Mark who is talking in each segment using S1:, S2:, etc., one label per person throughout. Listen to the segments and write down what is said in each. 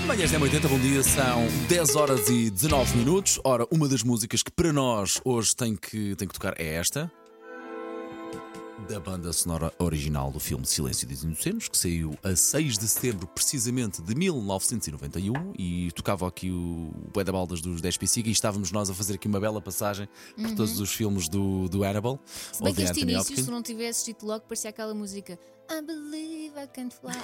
S1: Manhãs da 80 bom dia, são 10 horas e 19 minutos. Ora, uma das músicas que para nós hoje tem que, tem que tocar é esta. Da banda sonora original do filme Silêncio dos Inocentes, que saiu a 6 de setembro, precisamente de 1991, e tocava aqui o Bué da Baldas dos 10 Psiga, e estávamos nós a fazer aqui uma bela passagem por todos os filmes do, do Hannibal.
S2: Uhum. Se
S1: ou
S2: bem é que
S1: de
S2: este
S1: Anthony
S2: início,
S1: Hopkins.
S2: se não tivesse dito logo, parecia aquela música I believe I can fly.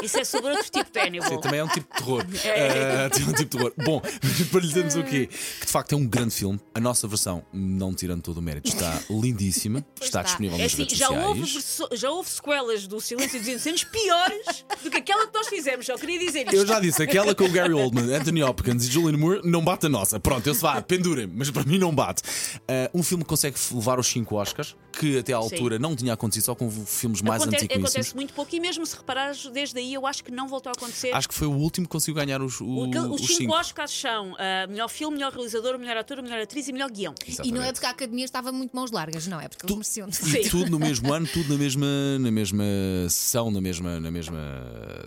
S3: Isso é sobre outro tipo de
S1: Sim,
S3: Hannibal.
S1: também é um tipo de terror.
S3: É.
S1: Ah, tem um tipo de terror. Bom, para lhe dizermos o quê? Que de facto é um grande filme. A nossa versão, não tirando todo o mérito, está lindíssima. está,
S2: está.
S1: disponível nas
S3: É assim,
S1: redes
S3: já
S1: sociais.
S3: houve, verso- já houve sequelas do Silêncio dos Inocentes piores do que aquela que nós fizemos. Só queria dizer isto.
S1: Eu já disse, aquela com o Gary Oldman, Anthony Hopkins e Julian Moore não bate a nossa. Pronto, eu se vá, pendurem-me, mas para mim não bate. Ah, um filme que consegue levar os 5 Oscars, que até à altura não tinha acontecido, só com filmes mais
S3: Aconte-
S1: antiquíssimos.
S3: acontece muito pouco e mesmo se reparares, desde aí eu acho que não voltou a acontecer.
S1: Acho que foi o último que conseguiu ganhar os 5.
S3: O que- os cinco,
S1: cinco.
S3: Oscars são ah, melhor filme, melhor realizador, melhor ator, melhor atriz e melhor guião.
S2: e não
S1: Exatamente.
S2: é porque a academia estava muito mãos largas, não é? Porque eles mereciam.
S1: E
S3: Sim.
S1: tudo no mesmo ano, tudo na mesma, na mesma sessão, na mesma, na mesma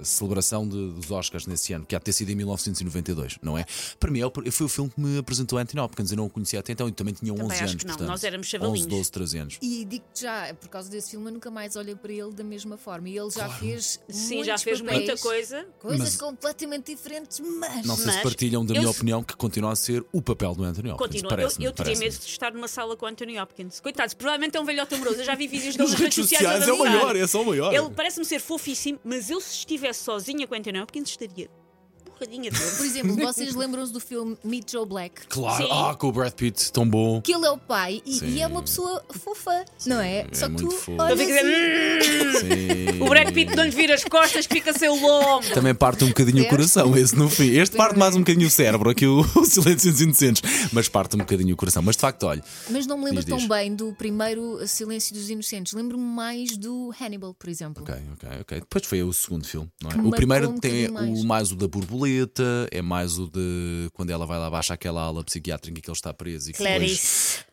S1: celebração de- dos Oscars nesse ano, que há de ter sido em 1992, não é? Para mim, é o pr- foi o filme que me apresentou Anthony Hopkins. Eu não o conhecia até então e também tinha 11
S3: acho
S1: anos.
S3: que não.
S1: portanto,
S3: Nós éramos
S1: 11,
S3: chavalinhos.
S1: 12, 13 anos.
S2: E digo-te já, é por causa desse filme, eu nunca mais olhei para ele da mesma forma. E ele já fez.
S3: Sim,
S2: muitos
S3: já fez
S2: papéis,
S3: muita coisa.
S2: Coisas
S1: Mas-
S2: completamente diferentes, mas.
S1: Não sei se
S3: Mas
S1: partilham da
S3: eu
S1: minha
S3: se-
S1: opinião que continua a ser o papel do Anthony Hopkins.
S3: Continua, eu,
S1: Parece-me,
S3: eu teria
S1: parece-me.
S3: medo de estar numa sala com Anthony Hopkins. Coitados, provavelmente é um velhote amoroso. Eu já vi vídeos dele
S1: Nas
S3: nas
S1: redes sociais é o
S3: a dançar.
S1: maior, é só o maior.
S3: Ele parece-me ser fofíssimo, mas eu se estivesse sozinha com Anthony Hopkins estaria porradinha
S2: Por
S3: dele.
S2: exemplo, vocês lembram-se do filme Meet Joe Black?
S1: Claro,
S3: Sim.
S1: ah, com o Brad Pitt, tão bom.
S2: Que ele é o pai e, e
S1: Sim.
S2: é uma pessoa fofa, não é?
S1: é
S2: Só que
S1: muito
S2: tu
S1: fofo.
S2: olhas assim,
S3: Eu fico a dizer,
S1: Sim.
S3: "Hum", o Brad Pitt não lhe vira as costas, fica sem o lombo.
S1: Também parte um bocadinho o
S2: Certo.
S1: coração, esse no fim. Este parte mais um bocadinho o cérebro, aqui o, o Silêncio dos Inocentes, mas parte um bocadinho o coração. Mas de facto, olha,
S3: "Hum."
S2: Mas não me lembro
S1: Diz, diz.
S2: tão bem do primeiro Silêncio dos Inocentes. Lembro-me mais do Hannibal, por exemplo.
S1: ok, ok, ok. Depois foi o segundo filme, não é?
S2: Que
S1: O
S2: marcou
S1: primeiro
S2: um
S1: tem o
S2: bocadinho
S1: mais.
S2: mais.
S1: o da borboleta, é mais o de quando ela vai lá abaixo àquela ala psiquiátrica em que ele está preso e que depois
S3: Clarice.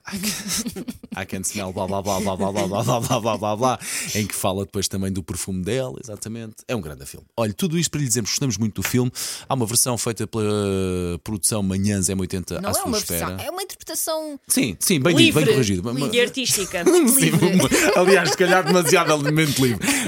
S1: I can smell blá blá blá blá blá blá blá blá blá blá blá blá em que fala depois também do perfume dela, exatamente. É um grande filme. Olha, tudo isto para lhe dizermos, gostamos muito do filme. Há uma versão feita pela produção Manhãs M80
S2: Não
S1: à
S2: é
S1: sua
S2: uma
S1: espera.
S2: versão, é uma interpretação.
S1: Sim, sim, bem dito, bem corrigido. Mas-
S3: e artística.
S1: Sim,
S2: livre.
S1: aliás, se calhar demasiadamente livre.